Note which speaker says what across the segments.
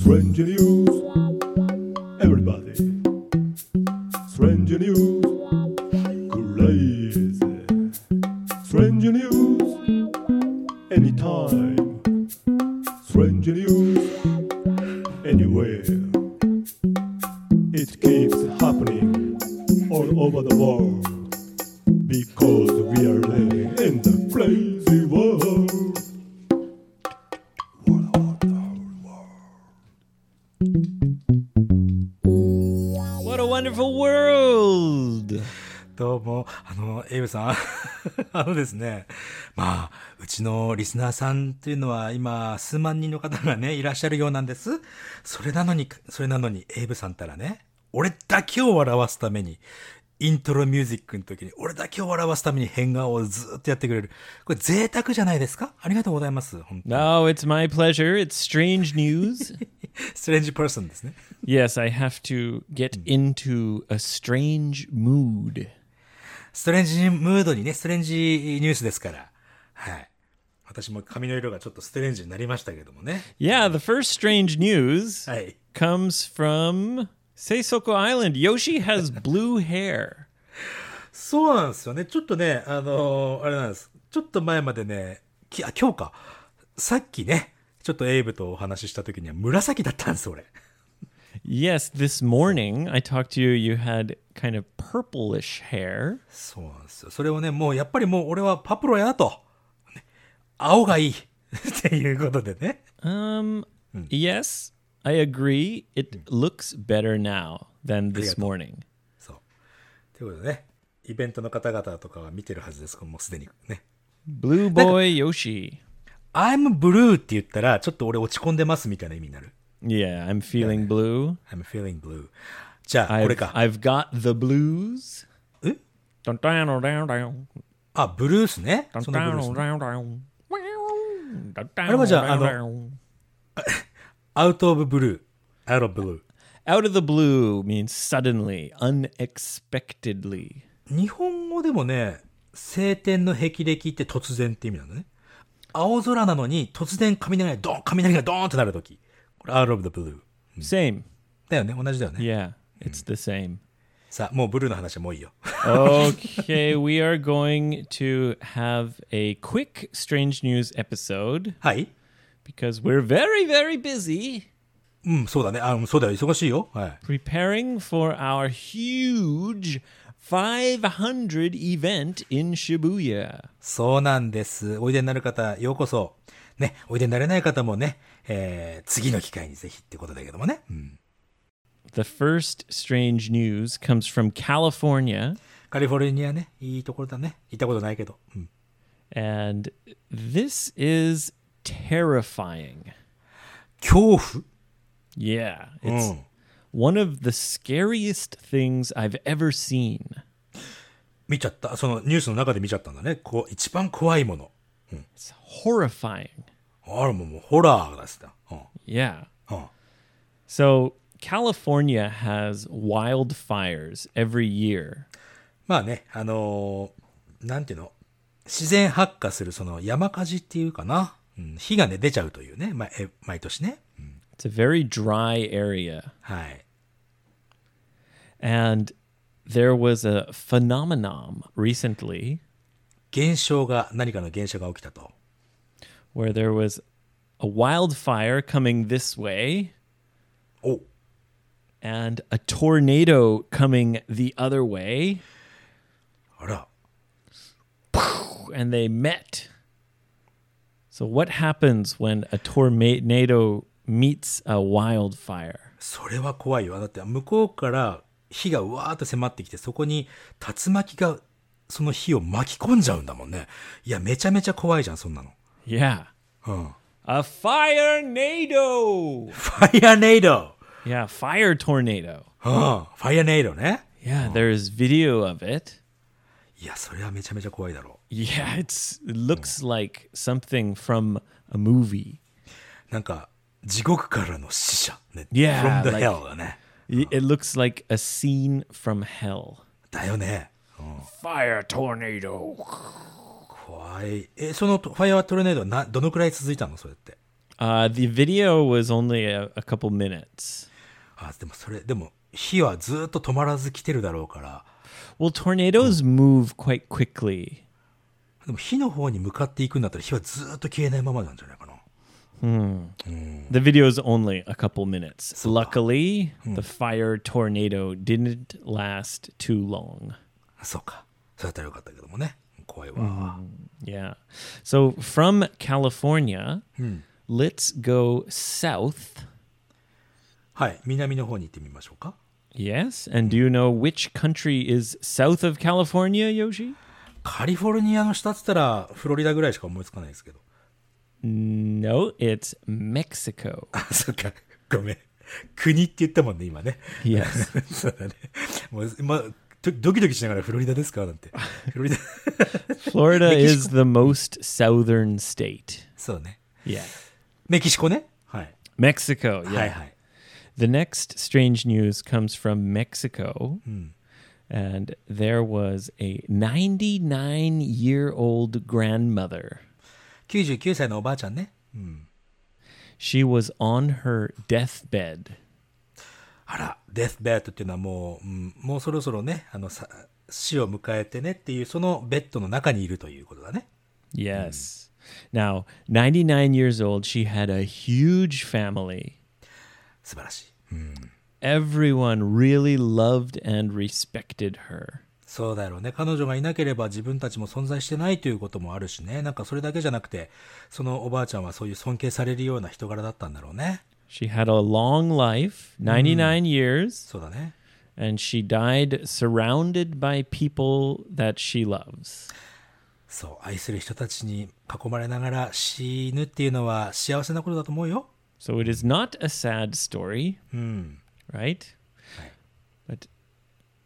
Speaker 1: Strange news, everybody. Strange news, crazy. Strange news, anytime. Strange news, anywhere. It keeps happening all over the world because we are living in the crazy world. What a wonderful world.
Speaker 2: What a wonderful world!
Speaker 3: どうも、あの、エイブさん、 あのですね、まあ、うちのリスナーさんっていうのは今、数万人の方がね、いらっしゃるようなんです。それなのに、それなのに、エイブさんったらね、俺だけを笑わすために、イントロミュージックの時に、俺だけを笑わすために変顔をずっとやってくれる。これ贅沢じゃないですかありがとうございます。本当に
Speaker 2: No, it's my pleasure. It's strange news.
Speaker 3: ストレンジパーソンですね。
Speaker 2: yes, I have to get into a strange mood.
Speaker 3: ストレンジムードにね、ストレンジニュースですから。はい。私も髪の色がちょっとストレンジになりましたけどもね。
Speaker 2: Yeah, the first strange news
Speaker 3: はい。
Speaker 2: comes from Seisoko Island. Yoshi has blue hair.
Speaker 3: そうなんですよね。ちょっとね、あのーあれなんです。ちょっと前までね、きあ今日か。さっきね、ちょっとエイブとお話しした時には紫だったんです、俺。
Speaker 2: Yes, this morning I talked to you. You had kind of purplish hair.
Speaker 3: そうなんですよ。それをね、もうやっぱりもう俺はパプロやなと。ね青がいい。 っていうことでね。
Speaker 2: Um, yes, I agree. It looks better now than this
Speaker 3: Arigato.
Speaker 2: morning.
Speaker 3: そう。ということでね、イベントの方々とかは見てるはずです、もうすでにね。
Speaker 2: Blue boy Yoshi.
Speaker 3: I'm blue って言ったら、ちょっと俺落ち込んでますみたいな意味になる。
Speaker 2: Yeah, I'm feeling blue.
Speaker 3: I'm feeling blue. じゃあ、これ
Speaker 2: I've,
Speaker 3: か。
Speaker 2: I've got the blues.
Speaker 3: え
Speaker 2: Dun, dun, dun, dun, dun.
Speaker 3: あ、ブルースね。
Speaker 2: Dun,
Speaker 3: そのブルー
Speaker 2: dun,
Speaker 3: ス
Speaker 2: dun,
Speaker 3: ね。
Speaker 2: dun, dun. Dun, dun,
Speaker 3: was a-
Speaker 2: dun,
Speaker 3: I
Speaker 2: dun.
Speaker 3: アウトオブブルー。アウトオブブ
Speaker 2: Out of the blue means suddenly, unexpectedly.
Speaker 3: ルー。日本語でもね、晴天の霹靂って突然って意味なんだね。青空なのに突然雷がドーン、雷がドーンってなるとき。これ、アウトオブブルー。
Speaker 2: Same.
Speaker 3: だよね、同じだよね。
Speaker 2: Yeah, it's the same.
Speaker 3: さあ、もうブルーの話はもういいよ。
Speaker 2: Okay, we are going to have a quick strange news episode
Speaker 3: はい。
Speaker 2: because we're very, very busy
Speaker 3: うん、そうだね。あ、うんそうだよ。忙しいよ。はい。
Speaker 2: preparing for our huge 500 event in Shibuya.
Speaker 3: そうなんです。おいでになる方、ようこそ。ね、おいでになれない方もね、えー、次の機会にぜひってことだけどもね。うん。
Speaker 2: The first strange news comes from California,
Speaker 3: カリフォルニアね、いいところだね。行ったことないけど。うん。
Speaker 2: and this is terrifying.
Speaker 3: 恐怖
Speaker 2: Yeah,
Speaker 3: う
Speaker 2: it's
Speaker 3: ん。
Speaker 2: one of the scariest things I've ever seen.
Speaker 3: 見ちゃった。そのニュースの中で見ちゃったんだね。こう、一番怖いもの。
Speaker 2: It's horrifying.
Speaker 3: あら、もうもうホラーだっすな。うん。
Speaker 2: Yeah.
Speaker 3: Huh.
Speaker 2: So California has wildfires every year.
Speaker 3: まあね、あのーなんていうの自然発火するその山火事っていうかな。うん、火がね、出ちゃうというね。まあ、え毎年ね。
Speaker 2: It's a very dry area.
Speaker 3: はい。
Speaker 2: And there was a phenomenon recently
Speaker 3: 現象が、何かの現象が起きたと。
Speaker 2: where there was a wildfire coming this way
Speaker 3: お
Speaker 2: and a tornado coming the other way,
Speaker 3: あら。
Speaker 2: and they met. So, what happens when a tornado meets a wildfire?
Speaker 3: それは怖いよ。だって向こうから火がうわーっと迫ってきて、そこに竜巻がその火を巻き込んじゃうんだもんね。いや、めちゃめちゃ怖いじゃん、そんなの。
Speaker 2: Yeah.
Speaker 3: Huh.
Speaker 2: A fire nado.
Speaker 3: ファイアネイド
Speaker 2: Yeah, fire tornado.
Speaker 3: うん。ファイアネイドね。
Speaker 2: Yeah, there's video of it.
Speaker 3: いや、それはめちゃめちゃ怖いだろ
Speaker 2: Yeah, it's it looks like something from a movie.
Speaker 3: う。なんか、地獄からの死者。ね。
Speaker 2: Yeah,
Speaker 3: from the
Speaker 2: like-
Speaker 3: hell がね。
Speaker 2: Y- It looks like a scene from hell.
Speaker 3: だよね。
Speaker 2: Fire tornado.
Speaker 3: 怖い。え、そのファイアトルネードはな、どのくらい続いたのそれって。
Speaker 2: Uh, the video was only a, a couple minutes.
Speaker 3: あでもそれでも火はずっと止まらず来てるだろうから
Speaker 2: Well, tornadoes move quite quickly.
Speaker 3: でも火の方に向かっていくんだったら火はずっと消えないままなんじゃないかな
Speaker 2: The video is only a couple minutes. Luckily, the fire tornado didn't last too long.
Speaker 3: そうかそれだったらよかったけどもね怖いわ、
Speaker 2: Yeah. So from California, let's go south.
Speaker 3: はい南の方に行ってみましょうか
Speaker 2: Yes. And do you know which country is south of California, Yoshi?
Speaker 3: カリフォルニアの下っつったらフロリダぐらいしか思いつかないですけど
Speaker 2: No, it's Mexico.
Speaker 3: あ そっかごめん国って言ったもんね今 ね
Speaker 2: Yes.
Speaker 3: そうだねもう、ま、ドドキドキしながらフロリダですか なんてフロリダ
Speaker 2: Florida is the most southern state.
Speaker 3: そうね
Speaker 2: Yeah.
Speaker 3: メキシコねはい、
Speaker 2: Mexico. Yeah.
Speaker 3: はいはい
Speaker 2: The next strange news comes from Mexico. And there was a 99 year old grandmother.
Speaker 3: 99歳のおばあちゃんね
Speaker 2: She was on her deathbed.
Speaker 3: あら、デスベッドっていうのはもう、うんもうそろそろね、あのさ、死を迎えてねっていう、そのベッドの中にいるということだね。
Speaker 2: Yes. Mm. Now, 99 years old, she had a huge family.
Speaker 3: 素晴らしい。
Speaker 2: Everyone really loved and respected her.
Speaker 3: そうだろうね。彼女がいなければ自分たちも存在してないということもあるしね。なんかそれだけじゃなくて、そのおばあちゃんはそういう尊敬されるような人柄だったんだろうね。
Speaker 2: She had a long life, 99 years,
Speaker 3: そうだね。
Speaker 2: and she died surrounded by people that she loves.
Speaker 3: そう、愛する人たちに囲まれながら死ぬっていうのは幸せなことだと思うよ。
Speaker 2: So it is not a sad story, Hmm. right? But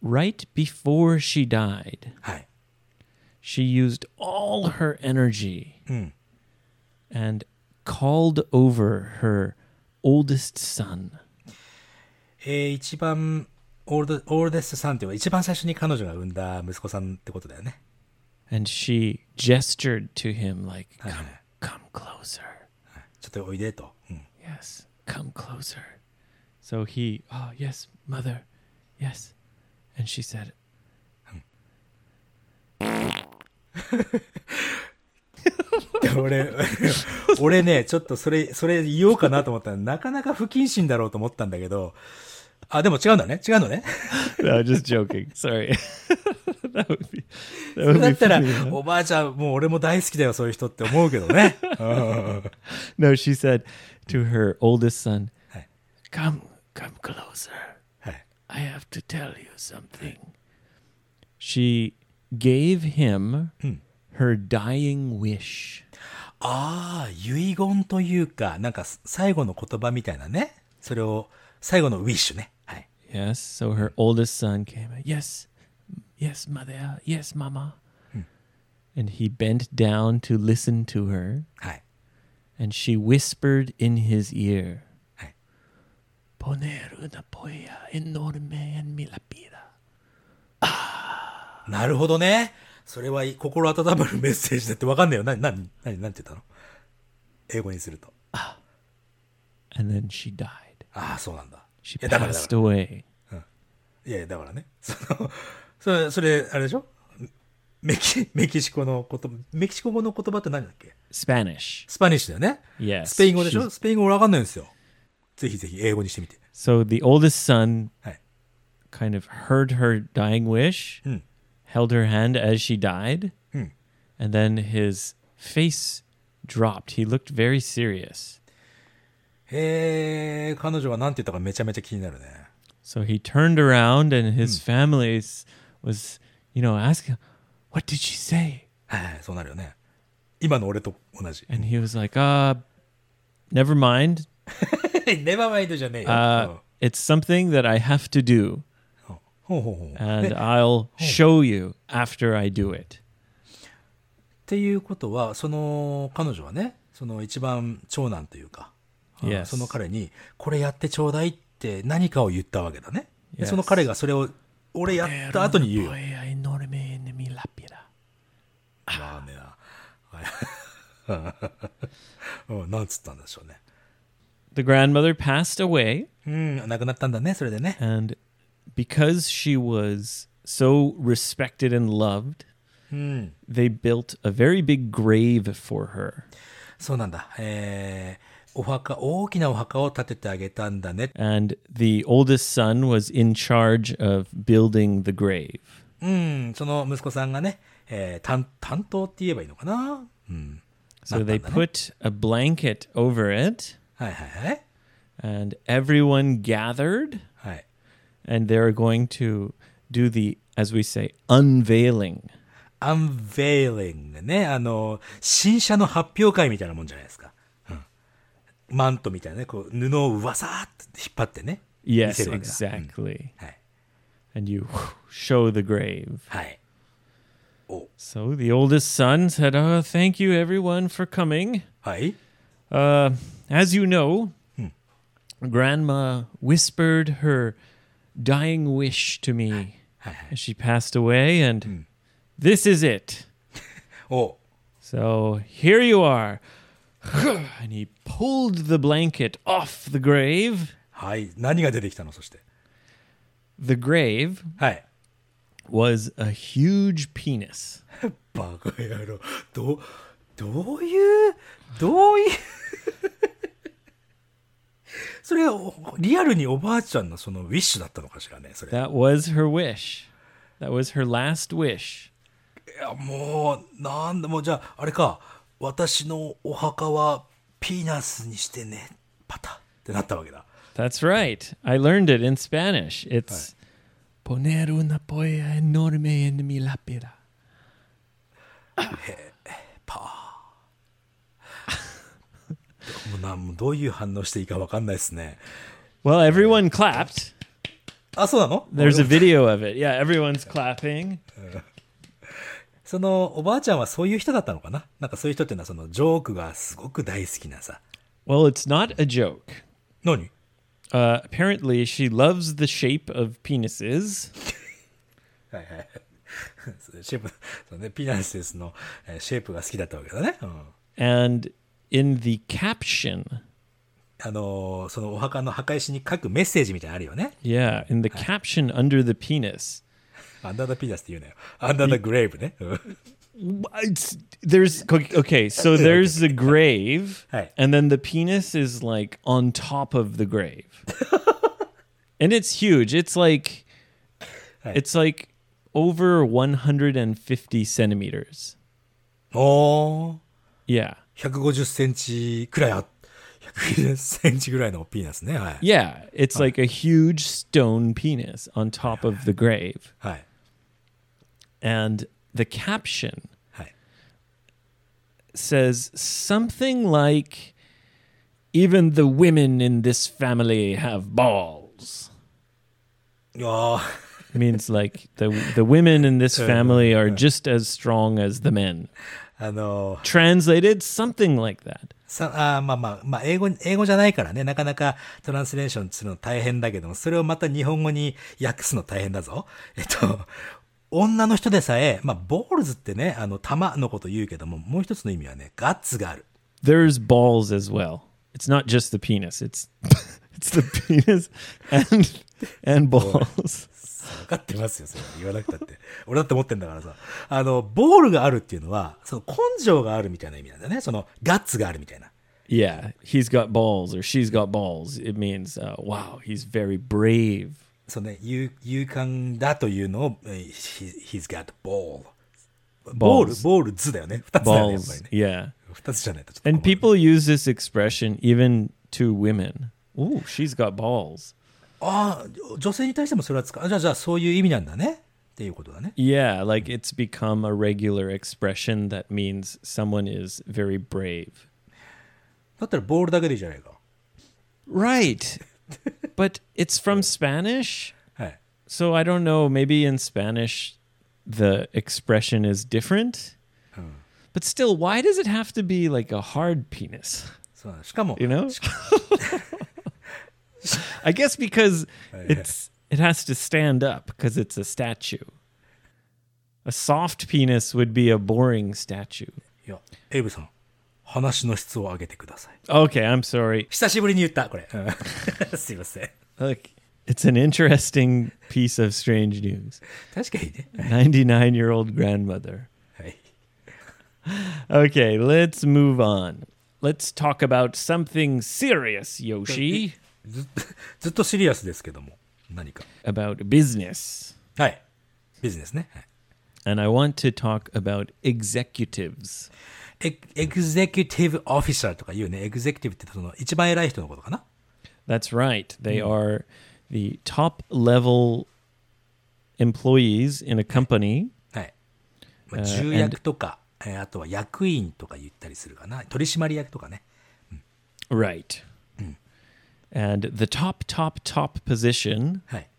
Speaker 2: right before she died,
Speaker 3: はい。
Speaker 2: she used all her energy and called over her oldest son.
Speaker 3: えー一番、オールド、オールデスさんっていうのは一番最初に彼女が産んだ息子さんってことだよね。
Speaker 2: And she gestured to him like, come, come closer.
Speaker 3: ちょっとおいでと。うん。
Speaker 2: Yes, come closer. So he, oh, yes, mother, yes. And she said,
Speaker 3: で俺、 俺ね、ちょっとそれ、それ言おうかなと思ったら、なかなか不謹慎だろうと思ったんだけど、あ、でも違うんだね。違うのね。
Speaker 2: no, just joking. Sorry. that would be, that
Speaker 3: そ
Speaker 2: would
Speaker 3: れだ
Speaker 2: be
Speaker 3: った ら
Speaker 2: funny.、
Speaker 3: おばあちゃん、もう俺も大好きだよ、そういう人って思うけどね。
Speaker 2: No, she said to her oldest son,
Speaker 3: Hey.
Speaker 2: "Come, come closer.
Speaker 3: はい。
Speaker 2: I have to tell you something." She gave him her dying wish.
Speaker 3: ああ、遺言というか、なんか最後の言葉みたいなね。それを、最後のウィッシュね。はい。
Speaker 2: Yes, so her oldest son came. Yes, yes, mother. Yes, mama. And he bent down to listen to her,
Speaker 3: はい。
Speaker 2: and she whispered in his ear,
Speaker 3: Hey.
Speaker 2: "Poner una polla enorme en mi lapida."
Speaker 3: なるほどね。それは心温まるメッセージだってわかんないよ。な、な、な、なんて言ったの英語にすると。
Speaker 2: And then she died.
Speaker 3: ああ、そうなんだ。
Speaker 2: She
Speaker 3: いや、だからだから
Speaker 2: passed。away.
Speaker 3: いやいや、だからね。その、それ、それ、あれでしょメキ、メキシコの言葉、メキシコ語の言葉って何だっけ
Speaker 2: Spanish.
Speaker 3: スパニッシュだよね
Speaker 2: Yes.
Speaker 3: スペイン語でし
Speaker 2: She's-
Speaker 3: ょスペイン語俺わかんないんですよ。ぜひぜひ英語にしてみて。
Speaker 2: So the oldest son
Speaker 3: はい。
Speaker 2: kind of heard her dying wish,
Speaker 3: Hmm.
Speaker 2: held her hand as she died,
Speaker 3: Hmm.
Speaker 2: and then his face dropped. He looked very serious.
Speaker 3: えー、彼女が何て言ったかめちゃめちゃ気になるね。
Speaker 2: So he turned around and his
Speaker 3: Hmm.
Speaker 2: family s- was, you know, asking, What did she say?
Speaker 3: はいはい、そうなるよね。今の俺と同 じ。
Speaker 2: And he was like, Uh, never mind.
Speaker 3: ネバーマインドじゃねえよ。
Speaker 2: Uh, it's something that I have to do,
Speaker 3: うんほうほうほう。
Speaker 2: and I'll show you after I do it.
Speaker 3: っていうことは、その、彼女はね、その一番長男というか、
Speaker 2: Yes.
Speaker 3: その彼に、これやってちょうだいって何かを言ったわけだね。で
Speaker 2: Yes.
Speaker 3: その彼がそれを、俺やった後に言うよ。 まあね、はいうんなんつったんでしょうね。
Speaker 2: the grandmother passed away,
Speaker 3: うん、亡くなったんだね、それでね。
Speaker 2: and because she was so respected and loved,
Speaker 3: うん。
Speaker 2: they built a very big grave for her.
Speaker 3: そうなんだ。えー、お墓、大きなお墓を建ててあげたんだね。
Speaker 2: And the oldest son was in charge of building the grave.
Speaker 3: うん、その息子さんがね、えー、担、担当って言えばいいのかなうん。
Speaker 2: So they put a blanket over it,
Speaker 3: はいはいはい。
Speaker 2: and everyone gathered,
Speaker 3: はい。
Speaker 2: and they're going to do the, as we say, unveiling.
Speaker 3: アンベイリングね、あの、新車の発表会みたいなもんじゃないですか。うん。マントみたいなね、こう、布をわさーって引っ張ってね。見
Speaker 2: Yes,
Speaker 3: せるわけだ
Speaker 2: exactly.
Speaker 3: はい。
Speaker 2: And you show the grave.
Speaker 3: はい。
Speaker 2: So the oldest son said, "Uh, Thank you, everyone, for coming.
Speaker 3: はい。
Speaker 2: Uh, as you know, Grandma whispered her dying wish to me as she passed away, and this is it.
Speaker 3: お
Speaker 2: So here you are. And he pulled the blanket off the grave.
Speaker 3: はい。何が出てきたのそして。
Speaker 2: The grave
Speaker 3: はい。
Speaker 2: was a huge penis.
Speaker 3: バカ野郎。どう、どういう、どういうそれはおリアルにおばあちゃんのそのウィッシュだったのかしらね、それ。
Speaker 2: That was her wish. That was her last wish.
Speaker 3: いやもうなんだもうじゃああれか私のお墓はピーナスにしてねパタってなったわけだ
Speaker 2: That's right. I learned it in Spanish. It's poner una polla enorme en mi lápida.
Speaker 3: もうなんもうどういう反応していいかわかんないですね
Speaker 2: Well, everyone clapped.
Speaker 3: あそうなの
Speaker 2: There's a video of it. Yeah, everyone's clapping.
Speaker 3: そのおばあちゃんはそういう人だったのかななんかそういう人っていうのはそのジョークがすごく大好きなさ
Speaker 2: Well, it's not a joke.
Speaker 3: 何
Speaker 2: Uh, apparently, she loves the shape of penises.
Speaker 3: はいはい シェイプそう、ね、ピーナスですのえーシェイプが好きだったわけだね、うん、
Speaker 2: And in the caption,
Speaker 3: あのーそのお墓の墓石に書くメッセージみたいなのあるよね
Speaker 2: yeah, in the caption under the penis,
Speaker 3: アンダーダピーナスって言うなよアンダーダグレーブねうん
Speaker 2: it's, there's okay, so there's the grave,
Speaker 3: Hey.
Speaker 2: and then the penis is like on top of the grave, and it's huge. It's like,
Speaker 3: Hey.
Speaker 2: it's like over 150 centimeters.
Speaker 3: おー
Speaker 2: Yeah,
Speaker 3: 150センチくらいあ、150センチぐらいのピーナスね。はい。
Speaker 2: yeah, it's like a huge stone penis on top of the grave,
Speaker 3: はい。
Speaker 2: and the caption
Speaker 3: はい。
Speaker 2: says something like, "Even the women in this family have balls."
Speaker 3: いやー
Speaker 2: means like the the women in this family are just as strong as the men.
Speaker 3: あのー、
Speaker 2: Translated something like that.
Speaker 3: さ、あーまあまあ、まあ、英語、英語じゃないからね、なかなかトランスレーションするの大変だけども、それをまた日本語に訳すの大変だぞ。えっと、女の人でさえ、まあ、ボールズってね、あの、玉のこと言うけども、もう一つの意味はね、ガッツがある。
Speaker 2: There's balls as well. It's not just the penis. It's it's the penis and and balls.
Speaker 3: 分かってますよ、それは言わなくたって。 俺だって持ってんだからさ。あの、ボールがあるっていうのは、その根性があるみたいな意味なんだよね。その、ガッツがあるみたいな。
Speaker 2: Yeah, he's got balls or she's got balls. It means uh, wow, he's very brave.
Speaker 3: そうね、勇勇敢だというのを、えー he, he's got ball. ボール、
Speaker 2: Balls.
Speaker 3: ボール図だよね。二つだよね、やっぱ
Speaker 2: Balls.
Speaker 3: りね。
Speaker 2: Yeah.
Speaker 3: 二つじゃないとちょっと困る。
Speaker 2: And people use this expression even to women. Ooh, she's got balls.
Speaker 3: ああ、女性に対してもそれは使う。あじゃあ、じゃあ、そういう意味なんだね。っていうことだね。
Speaker 2: Yeah, like it's become a regular expression that means someone is very brave.
Speaker 3: だったら、ボールだけでいいじゃないか。
Speaker 2: Right. but it's from Spanish.
Speaker 3: はい。
Speaker 2: So I don't know, maybe in Spanish the expression is different. But still, why does it have to be like a hard penis?
Speaker 3: そうなのしかも、
Speaker 2: You know? I guess because it's it has to stand up because it's a statue. A soft penis would be a boring statue.
Speaker 3: いや、エイブさん、話の質を上げてください。
Speaker 2: Okay, I'm sorry.
Speaker 3: 久しぶりに言った、これ。 うんすいません。
Speaker 2: Look, it's an interesting piece of strange news.
Speaker 3: 確かにね。
Speaker 2: 99 year old grandmother.
Speaker 3: はい。
Speaker 2: Okay, let's move on. Let's talk about something serious, Yoshi.
Speaker 3: ずずっとシリアスですけども、何か。
Speaker 2: About business.
Speaker 3: はい。ビジネスね。はい
Speaker 2: And I want to talk about executives.
Speaker 3: エエグゼキュティブオフィシャルとか言うね。エグゼキュティブってその一番偉い人のことかな
Speaker 2: That's right. They are the top level employees in a company.
Speaker 3: はい。まあ、重役とか、えーあとは役員とか言ったりするかな。取締役とかね。
Speaker 2: Right. And the top, top, top position
Speaker 3: はい。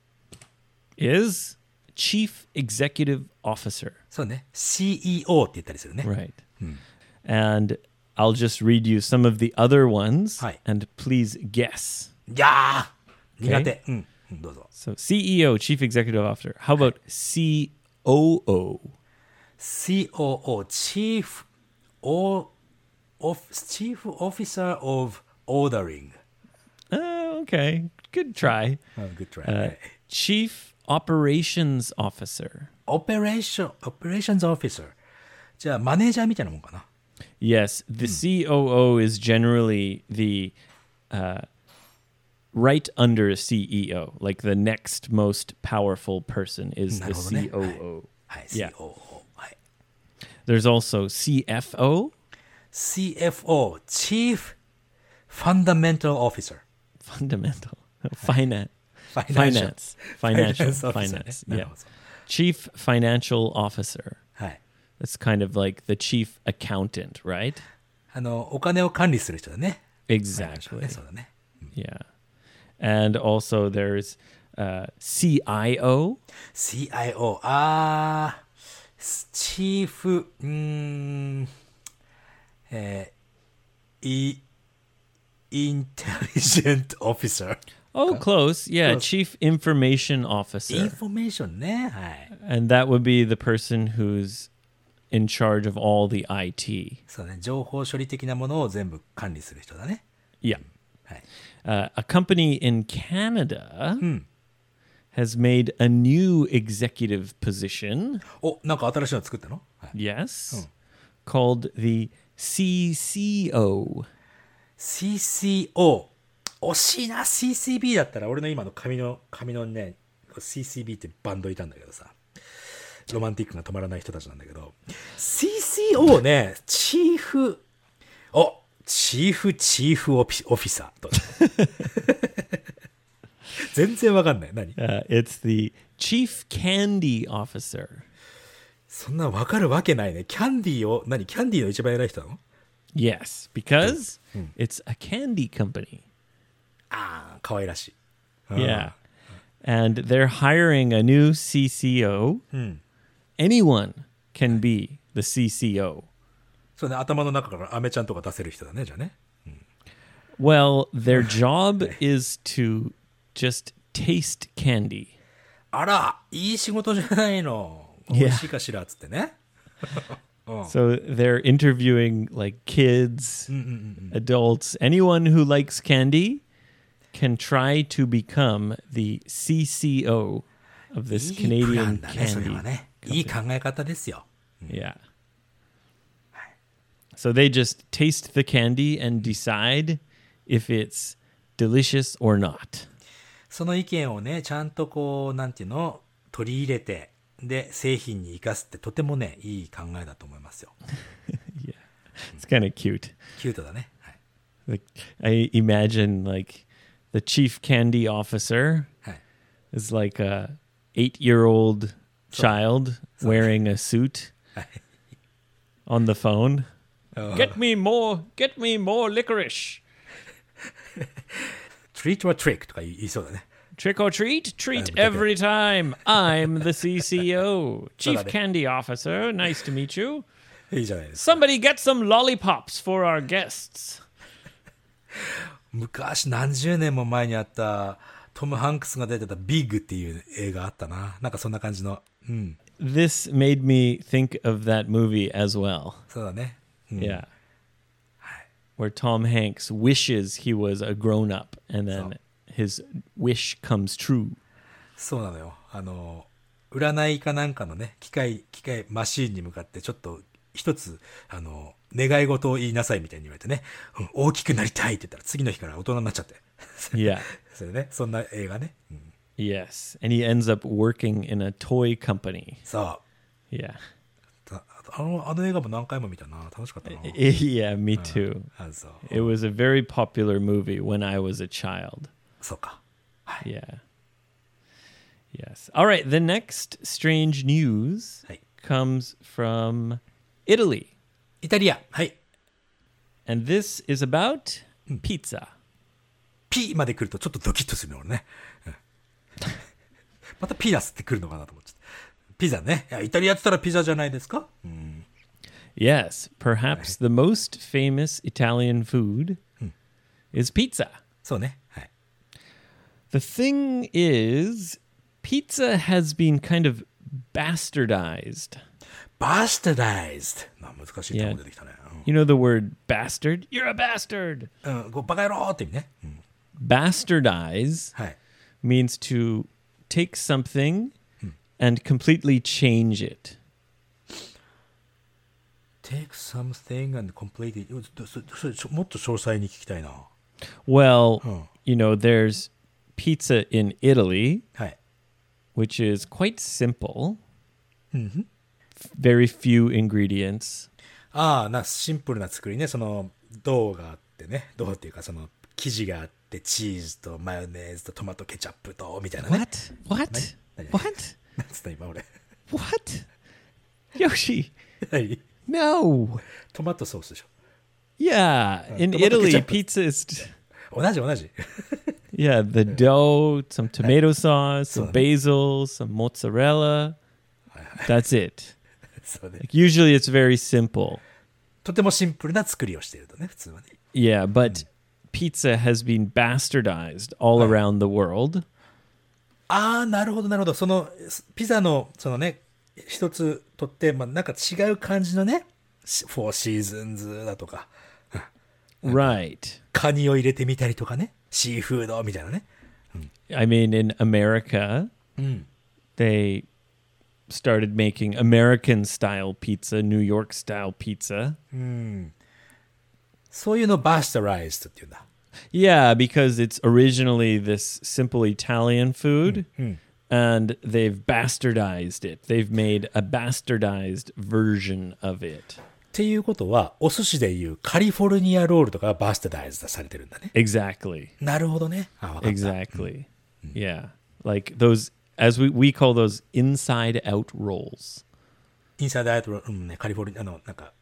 Speaker 2: is chief executive officer.
Speaker 3: そうね。CEO って言ったりするね。
Speaker 2: Right. And I'll just read you some of the other ones
Speaker 3: Hi.
Speaker 2: and please guess.
Speaker 3: いやー苦手。うん。うんどうぞ。
Speaker 2: So CEO, Chief Executive Officer. How about COO?
Speaker 3: COO, Chief o of Chief Officer of Ordering.
Speaker 2: Oh, okay. Good try.
Speaker 3: good try.
Speaker 2: Chief Operations Officer.
Speaker 3: Operation, Operations Officer. じゃあ、マネージャーみたいなもんかな。
Speaker 2: Yes, the
Speaker 3: Hmm.
Speaker 2: COO is generally the uh, right under a CEO. Like the next most powerful person is the
Speaker 3: なるほどね。
Speaker 2: COO.
Speaker 3: はい、
Speaker 2: Yeah.
Speaker 3: COO。はい。
Speaker 2: There's also CFO,
Speaker 3: CFO, Chief Fundamental Officer.
Speaker 2: fundamental finance.
Speaker 3: Financial.
Speaker 2: Finance. Financial.
Speaker 3: Finance officer ね
Speaker 2: Finance.
Speaker 3: なる
Speaker 2: Yeah.
Speaker 3: ほど
Speaker 2: Chief financial officer.
Speaker 3: はい。
Speaker 2: That's kind of like the chief accountant, right?
Speaker 3: あの、お金を管理する人だね。
Speaker 2: Exactly.
Speaker 3: そうだね。
Speaker 2: Yeah. And also there's uh, CIO.
Speaker 3: CIO、あー、チーフ、うーん、えー、イ、インテリジェントオフィサー。
Speaker 2: Oh, close. Yeah,
Speaker 3: Close.
Speaker 2: chief information officer.
Speaker 3: インフォメーションね。はい。
Speaker 2: and that would be the person who's in charge of all the IT.
Speaker 3: そうね。情報処理的なものを全部管理する人だね。
Speaker 2: Yeah.
Speaker 3: はい。
Speaker 2: Uh, a company in Canada has made a new executive position.
Speaker 3: お、なんか新しいの作ったの、はい、
Speaker 2: Yes. Called the CCO.
Speaker 3: ?CCO。惜しいな。CCB だったら、俺の今の髪の、髪のね、CCB ってバンドいたんだけどさ。ロマンティックが止まらない人たちなんだけど。CCO ね、チーフ、お、チーフ、チーフオフィオフィサーと。 全然わかんない。何
Speaker 2: Uh, it's the chief candy officer.
Speaker 3: そんなわかるわけないね。キャンディーを、何キャンディーの一番偉い人なの
Speaker 2: Yes, because it's a candy company.
Speaker 3: ああ、可愛らしい。
Speaker 2: Yeah. Uh-huh. And they're hiring a new CCO. Anyone can be the CCO.
Speaker 3: そうね、頭の中からアメちゃんとか出せる人だね、じゃあね。
Speaker 2: Well, their job is to just taste candy.
Speaker 3: あら、いい仕事じゃないの。美味しいかしら、つってね。
Speaker 2: So they're interviewing like kids, adults, anyone who likes candy can try to become the CCO of this
Speaker 3: いいプラ
Speaker 2: Canadian
Speaker 3: ンだね、それ
Speaker 2: candy.
Speaker 3: はね。いい考え方ですよ。
Speaker 2: Yeah. So they just taste the candy and decide if it's delicious or not.
Speaker 3: その意見をね、ちゃんとこう、なんていうの、取り入れて、で、製品に生かすってとてもね、いい考えだと思いますよ。
Speaker 2: It's kind of cute.
Speaker 3: キュートだね。はい。
Speaker 2: Like I imagine like the chief candy officer
Speaker 3: はい、
Speaker 2: is like a 8-year-old child wearing a suit on the phone. Get me more, get me more licorice.
Speaker 3: treat or trick とか言いそうだね。
Speaker 2: Trick or treat, treat
Speaker 3: Um,
Speaker 2: every time. I'm the CCO, Chief
Speaker 3: Sorry.
Speaker 2: Candy Officer. Nice to meet you.
Speaker 3: いいじゃないですか。
Speaker 2: Somebody get some lollipops for our guests.
Speaker 3: 昔何十年も前にあった、トム・ハンクスが出てたビッグっていう映画あったな。なんかそんな感じの。うん。
Speaker 2: This made me think of that movie as well.
Speaker 3: そうだね。うん
Speaker 2: Yeah. where Tom Hanks wishes he was a grown up and then his wish comes true.
Speaker 3: そうなのよ。あの、占いかなんかのね、機械、機械、マシーンに向かって、ちょっと、一つ、あの、願い事を言いなさいみたいに言われてね、うん大きくなりたいって言ったら、次の日から大人になっちゃって。
Speaker 2: Yeah.
Speaker 3: それね、そんな映画ね。うん
Speaker 2: Yes. And he ends up working in a toy company.
Speaker 3: さあ、
Speaker 2: Yeah.
Speaker 3: たあの、あの映画も何回も見たな。楽しかったな。
Speaker 2: Oh. Yeah, me too.
Speaker 3: あそう
Speaker 2: It was a very popular movie when I was a child.
Speaker 3: そうか。
Speaker 2: Yeah. Yes. All right. The next strange news
Speaker 3: Hey.
Speaker 2: comes from Italy.
Speaker 3: イタリア。はい。
Speaker 2: And this is about pizza.
Speaker 3: P まで来るとちょっとドキッとするの俺ね。うん またピーナスって来るのかなと思っちゃった。ピザね。いや、イタリアって言ったらピザじゃないですか
Speaker 2: Yes, perhaps the most famous Italian food is pizza.
Speaker 3: そうね。はい。
Speaker 2: The thing is, pizza has been kind of bastardized.
Speaker 3: バスタダイズまあ難しい単
Speaker 2: Yeah.
Speaker 3: 語出てきたね。
Speaker 2: You know the word bastard? You're a bastard.
Speaker 3: うん。うん、こうバカ野郎って意味ね。うん
Speaker 2: Bastardize
Speaker 3: はい。
Speaker 2: means to take something
Speaker 3: Hmm.
Speaker 2: and completely change it.
Speaker 3: take something and complete it. うんそそそもっと詳細に聞きたいな。
Speaker 2: Well,
Speaker 3: Huh.
Speaker 2: you know, there's pizza in Italy,
Speaker 3: はい。
Speaker 2: which is quite simple,
Speaker 3: Mm-hmm.
Speaker 2: F- very few ingredients.
Speaker 3: ああ、な、シンプルな作りね。その、銅があってね。銅っていうか、その、生地があって、チーズとマヨネーズとトマトケチャップと、みたいなね。
Speaker 2: What? What?
Speaker 3: Nice.
Speaker 2: What?
Speaker 3: なんつった今俺。
Speaker 2: What? Yoshi,
Speaker 3: はい。
Speaker 2: no.
Speaker 3: トマトソースでしょ。
Speaker 2: Yeah, in
Speaker 3: Uh, tomato
Speaker 2: Italy,
Speaker 3: ketchup.
Speaker 2: pizza is. t-
Speaker 3: 同じ同じ。
Speaker 2: yeah, the dough, some tomato sauce, some basil, some mozzarella. That's it.
Speaker 3: そ うね。
Speaker 2: Usually it's very simple.
Speaker 3: とてもシンプルな作りをしているとね、普通はね。
Speaker 2: Yeah, but pizza has been bastardized all around the world.
Speaker 3: ああ、なるほど、なるほど。その、すピザの、そのね、一つ取って、まあ、なんか違う感じのね、しフォーシーズンズだとか、
Speaker 2: Right.
Speaker 3: カニを入れてみたりとかね、シーフードみたいなね。
Speaker 2: I mean, in America, they started making American style pizza, New York style pizza.
Speaker 3: そういうのをバースタライズって言うんだ。
Speaker 2: Yeah, because it's originally this simple Italian food, and they've bastardized it. They've made a bastardized version of it.
Speaker 3: っていうことは、お寿司でいうカリフォルニアロールとかがバースタライズされてるんだね。
Speaker 2: Exactly.
Speaker 3: なるほどね。あ、わかった。
Speaker 2: Exactly. Yeah. Like those, as we, we call those inside out rolls.
Speaker 3: インサイドアウトロール、うんね、カリフォルニアあの、なんか、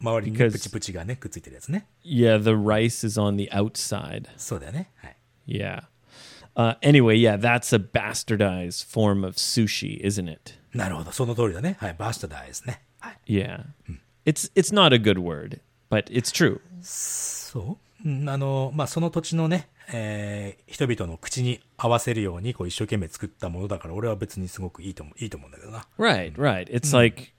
Speaker 3: 周りに
Speaker 2: Because-
Speaker 3: プチプチがね、くっついてるやつね。
Speaker 2: Yeah, the rice is on the outside.
Speaker 3: そうだよね。はい。
Speaker 2: Yeah. Uh, anyway, yeah, that's a bastardized form of sushi, isn't it?
Speaker 3: なるほど、その通りだね。はい、バースタダイズね。はい。
Speaker 2: Yeah. It's it's not a good word, but it's true.
Speaker 3: そううんあの、まあ、その土地のね、えー人々の口に合わせるように、こう、一生懸命作ったものだから、俺は別にすごくいいと思う、いいと思うんだけどな。
Speaker 2: Right, right. It's like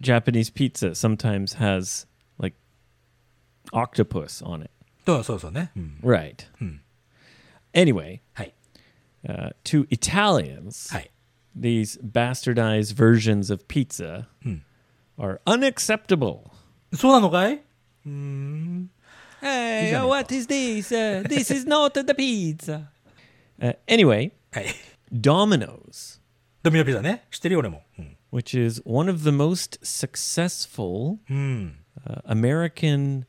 Speaker 2: Japanese pizza sometimes has like octopus on it. Hmm.
Speaker 3: そうそうそうね。うん。
Speaker 2: Right. Anyway,
Speaker 3: はい。
Speaker 2: uh, to Italians,
Speaker 3: はい。
Speaker 2: these bastardized versions of pizza are unacceptable.
Speaker 3: そうなのかい
Speaker 2: Hey, oh, what is this? Uh, this is not the pizza. Uh, anyway,
Speaker 3: はい。
Speaker 2: Domino's,
Speaker 3: ドミノピザね。知ってるよ、俺も。うん。
Speaker 2: which is one of the most successful uh, American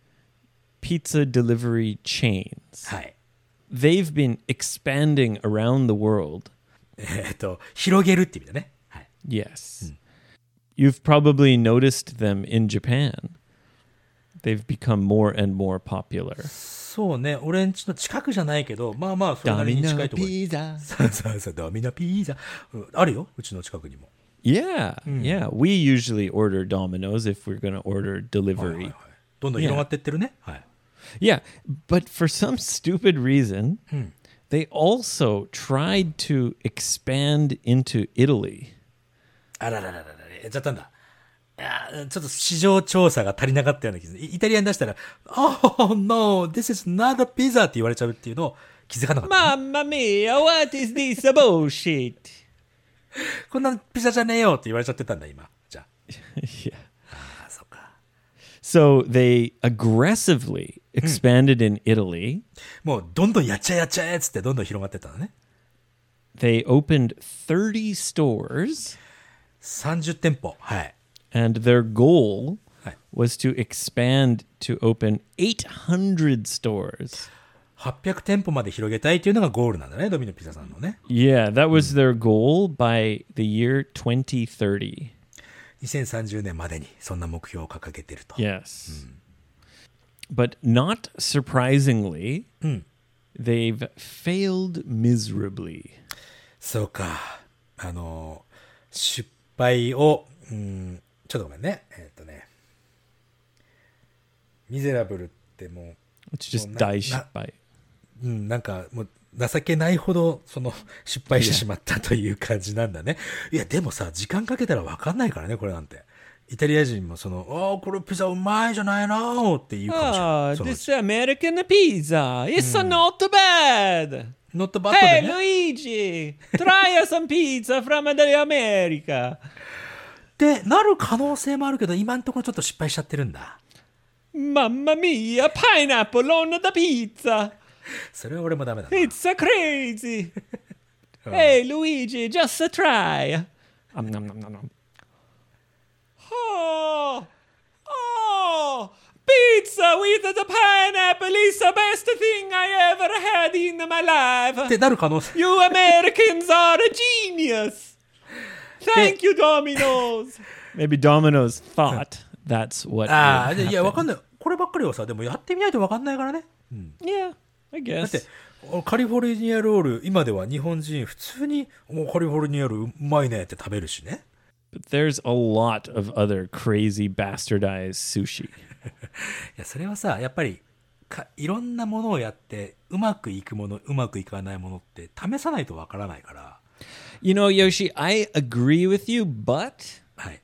Speaker 2: pizza delivery chains,
Speaker 3: はい。
Speaker 2: they've been expanding around the world.
Speaker 3: えーっと、広げるって意味だね。はい。
Speaker 2: Yes. You've probably noticed them in Japan. They've become more and more popular.
Speaker 3: そうね、俺んちの近くじゃないけど、まあまあ、それなりに近いところ。
Speaker 2: pizza.
Speaker 3: そうそうそう、ドミノピザ。うんあるよ、うちの近くにも。
Speaker 2: Yeah, yeah. We usually order Domino's if we're going to order
Speaker 3: はいは
Speaker 2: delivery.
Speaker 3: いどんどん広がってってるね。はい。
Speaker 2: Yeah, but for some stupid reason, they also tried to expand into Italy.
Speaker 3: あららららら、やっちゃったんだ。いやーちょっと市場調査が足りなかったような気がする。イイタリアに出したら、Oh no, this is not a pizza って言われちゃうっていうのを気づかなかった。
Speaker 2: Mamma mia, what is this bullshit?
Speaker 3: こんなピザじゃねえよって言われちゃってたんだ、今。じゃ
Speaker 2: yeah.
Speaker 3: あ。あ、そっか。
Speaker 2: So they aggressively expanded in Italy.
Speaker 3: もうどんどんやっちゃえやっちゃえっつってどんどん広まってったのね。
Speaker 2: They opened 30 stores,
Speaker 3: 30店舗。はい。
Speaker 2: and their goal
Speaker 3: Hi.
Speaker 2: was to expand to open 800 stores.
Speaker 3: 800店舗まで広げたいっていうのがゴールなんだね、ドミノピザさんのね。
Speaker 2: Yeah, that was their goal by the year 2030.
Speaker 3: 2030年までにそんな目標を掲げてると。
Speaker 2: Yes. But not surprisingly, they've failed miserably.
Speaker 3: そうか。あの、失敗を、うん、ちょっとごめんね。えーっ、とね。ミゼラブルっても
Speaker 2: It's just
Speaker 3: Well, na-
Speaker 2: dai
Speaker 3: na-
Speaker 2: shippai.
Speaker 3: う、うん、なんかもう情けないほど、その、 失敗してしまったという感じなんだね。いや、でもさ、時間かけたらわかんないからね、これなんて。イタリア人もその、ああ、これピザうまいじゃないのって言うかもしれない。そのうち
Speaker 2: Ah, American pizza. It's not bad.
Speaker 3: ノットバットでね。
Speaker 2: Luigi, try some pizza from the America.
Speaker 3: ってなる可能性もあるけど、今のところちょっと失敗しちゃってるんだ。
Speaker 2: Mamma mia, pineapple on the pizza.
Speaker 3: それは俺もダメだな。
Speaker 2: It's a crazy. hey, Luigi, just a try. Um, nom, nom, nom, nom. Oh, oh, pizza with the pineapple is the best thing I ever had in my
Speaker 3: っ
Speaker 2: life.
Speaker 3: てなる可能性。
Speaker 2: You Americans are a genius. Thank you, Domino's. Maybe Domino's thought that's what.
Speaker 3: ああ、いや、わかんない。こればっかりはさ、でもやってみないとわかんないからね。
Speaker 2: Yeah, I
Speaker 3: だっ
Speaker 2: guess.
Speaker 3: て、カリフォルニアロール、今では日本人普通に、もうカリフォルニアロールうまいねって食べるしね。
Speaker 2: But there's a lot of other crazy bastardized sushi.
Speaker 3: いや、それはさ、やっぱり、かいろんなものをやって、うまくいくもの、うまくいかないものって、試さないとわからないから。
Speaker 2: You know, Yoshi, I agree with you, but
Speaker 3: はい。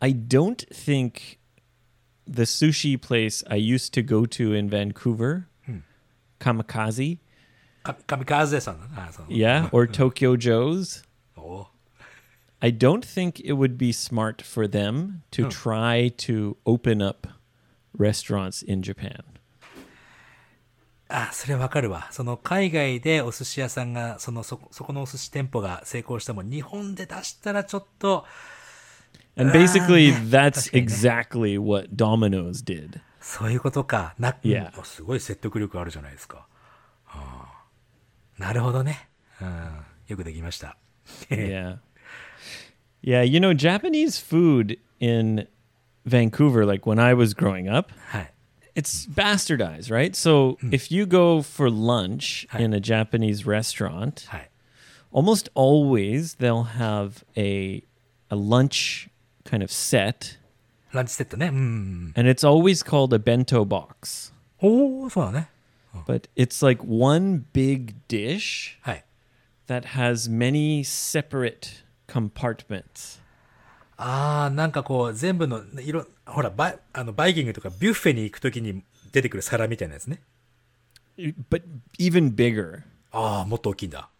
Speaker 2: I don't think the sushi place I used to go to in Vancouver, Kamikaze,
Speaker 3: か、カミカーゼさんだな。あーその
Speaker 2: yeah, or Tokyo Joe's,
Speaker 3: おう
Speaker 2: I don't think it would be smart for them to tryと open up restaurants in Japan.
Speaker 3: あ、それわかるわ。その海外でお寿司屋さんが、そのそこ、そこのお寿司店舗が成功しても、日本で出したらちょっと、
Speaker 2: And basically, that's exactly what Domino's did.
Speaker 3: そういうことか。な、
Speaker 2: Yeah.
Speaker 3: うんすごい説得力あるじゃないですか。はあ、なるほどね、うん。よくできました。
Speaker 2: Yeah. Yeah, you know, Japanese food in Vancouver, like when I was growing up,
Speaker 3: はい。
Speaker 2: it's bastardized, right? So if you go for lunch in a Japanese restaurant,
Speaker 3: はい。
Speaker 2: almost always they'll have a a lunch kind of set
Speaker 3: ランチセットね。うん。
Speaker 2: and it's always called a bento box.
Speaker 3: おおそうだね。
Speaker 2: But it's like one big dish
Speaker 3: はい。
Speaker 2: that has many separate compartments.
Speaker 3: ああ、なんかこう、全部の、いろ、ほら、バイ、あの、バイキングとかビュッフェに行くときに出てくる皿みたいなやつね。
Speaker 2: But even bigger.
Speaker 3: ああ、もっと大きいんだ。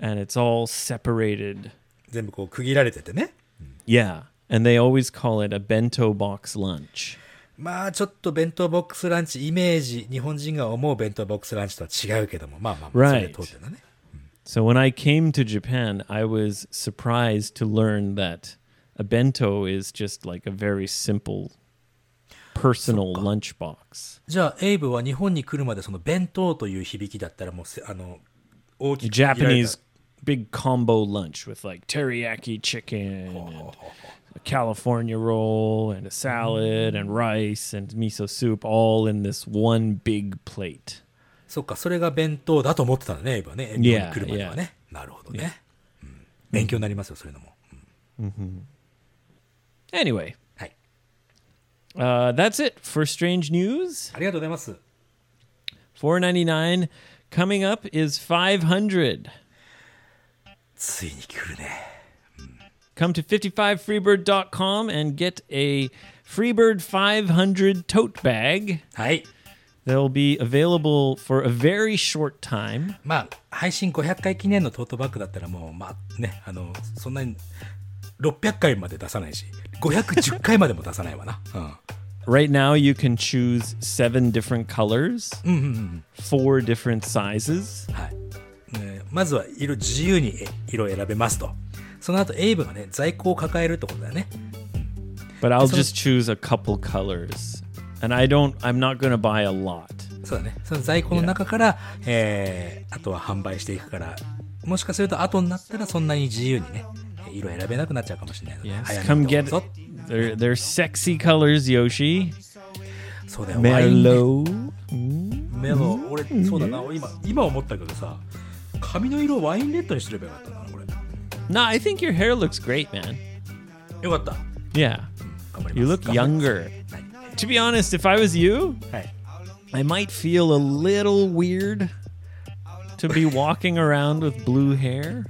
Speaker 2: and it's all separated.
Speaker 3: 全部こう区切られててね。
Speaker 2: Yeah. And they always call it a bento box lunch.
Speaker 3: まあ、ちょっと弁当ボックスランチ、イメージ、日本人が思う弁当ボックスランチとは違うけども、まあまあまあ、それで
Speaker 2: Right.
Speaker 3: 通ってんだね。
Speaker 2: So when I came to Japan, I was surprised to learn that a bento is just like a very simple personal lunch box.
Speaker 3: じゃあ、エイブは日本に来るまでその弁当という響きだったらもうせ、あの、大き
Speaker 2: A
Speaker 3: く区切られた
Speaker 2: Japanese big combo lunch with like teriyaki chicken and a California roll and a salad and rice and miso soup all in this one big plate.
Speaker 3: そっか、それが弁当だと思ってたんだね、エイブはね。日本に来るまでは
Speaker 2: Yeah,
Speaker 3: ね。なるほどね、うん勉強になりますよ、そういうのも。
Speaker 2: Anyway,
Speaker 3: はい。
Speaker 2: Uh, that's it for strange news.
Speaker 3: ありがとうございます。
Speaker 2: 499 coming up is 500.
Speaker 3: ついに来るね。うん
Speaker 2: Come to 55freebird.com and get a Freebird 500 tote bag.
Speaker 3: はい。
Speaker 2: They'll be available for a very short time.
Speaker 3: まあ、配信500回記念のトートバッグだったらもう、まあね、あの、そんなに600回まで出さないし、510回までも出さないわな。うん。
Speaker 2: Right now, you can choose seven different colors, Mm-hmm. four different sizes.
Speaker 3: はいえーまずは色自由に色を選べますとその後エイブがね在庫を抱えるってことだよね
Speaker 2: But I'll
Speaker 3: So-
Speaker 2: just choose a couple colors. And I don't, I'm not going to buy a lot.
Speaker 3: そうだねその在庫の中から、えーあとは販売していくからもしかすると後になったらそんなに自由にね色選べなくなっちゃうかもしれないので
Speaker 2: Yes,
Speaker 3: 早め
Speaker 2: come
Speaker 3: にどう
Speaker 2: get
Speaker 3: ぞ
Speaker 2: it. They're, they're sexy colors, Yoshi.
Speaker 3: そうだよワインね
Speaker 2: Merlot.
Speaker 3: メロ俺そうだな今今思ったけどさ髪の色をワインレッドにすればよかったんだなこれ
Speaker 2: No, I think your hair looks great, man.
Speaker 3: よかった
Speaker 2: Yeah.
Speaker 3: 頑張ります
Speaker 2: You look
Speaker 3: 頑張ります
Speaker 2: younger.
Speaker 3: はい
Speaker 2: To be honest, if I was you,
Speaker 3: はい
Speaker 2: I might feel a little weird to be walking around with blue hair.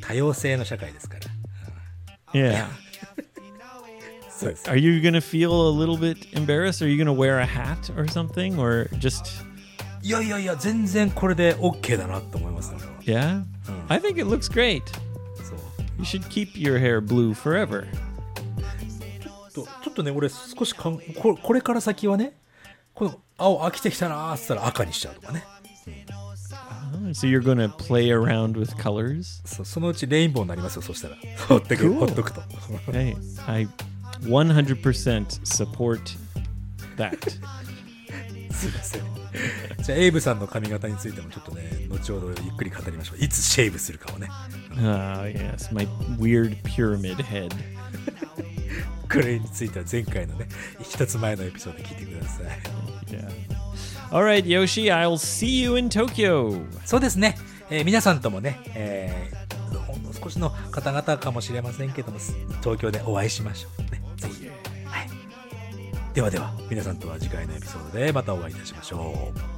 Speaker 3: 多様性の社会ですから
Speaker 2: Yeah.
Speaker 3: そうです
Speaker 2: Are you going to feel a little bit embarrassed? Are you going to wear a hat or something? Or just,
Speaker 3: いやいやいや全然これで OK だなと思いますね俺は
Speaker 2: yeah? I think it looks great.
Speaker 3: そう
Speaker 2: You should keep your hair blue forever.
Speaker 3: とちょっとね俺少しかんここれから先はねこの青飽きてきたなーっつったら赤にしちゃうとかね
Speaker 2: Oh, So you're going to play around with colors?
Speaker 3: そそのうちレインボーになりますよそしたらほってく
Speaker 2: Cool.
Speaker 3: ほっとくと
Speaker 2: Hey, I 100% support that.
Speaker 3: すいませんじゃあエイブさんの髪型についてもちょっとね後ほどゆっくり語りましょういつシェイブするかをね
Speaker 2: Ah, yes, my weird pyramid head.
Speaker 3: これについては前回のね一つ前のエピソードで聞いてください
Speaker 2: Yeah. All right, Yoshi, I'll see you in Tokyo.
Speaker 3: そうですね、えー皆さんともね、えーほんの少しの方々かもしれませんけどもす東京でお会いしましょうねぜひ、はい、ではでは皆さんとは次回のエピソードでまたお会いいたしましょう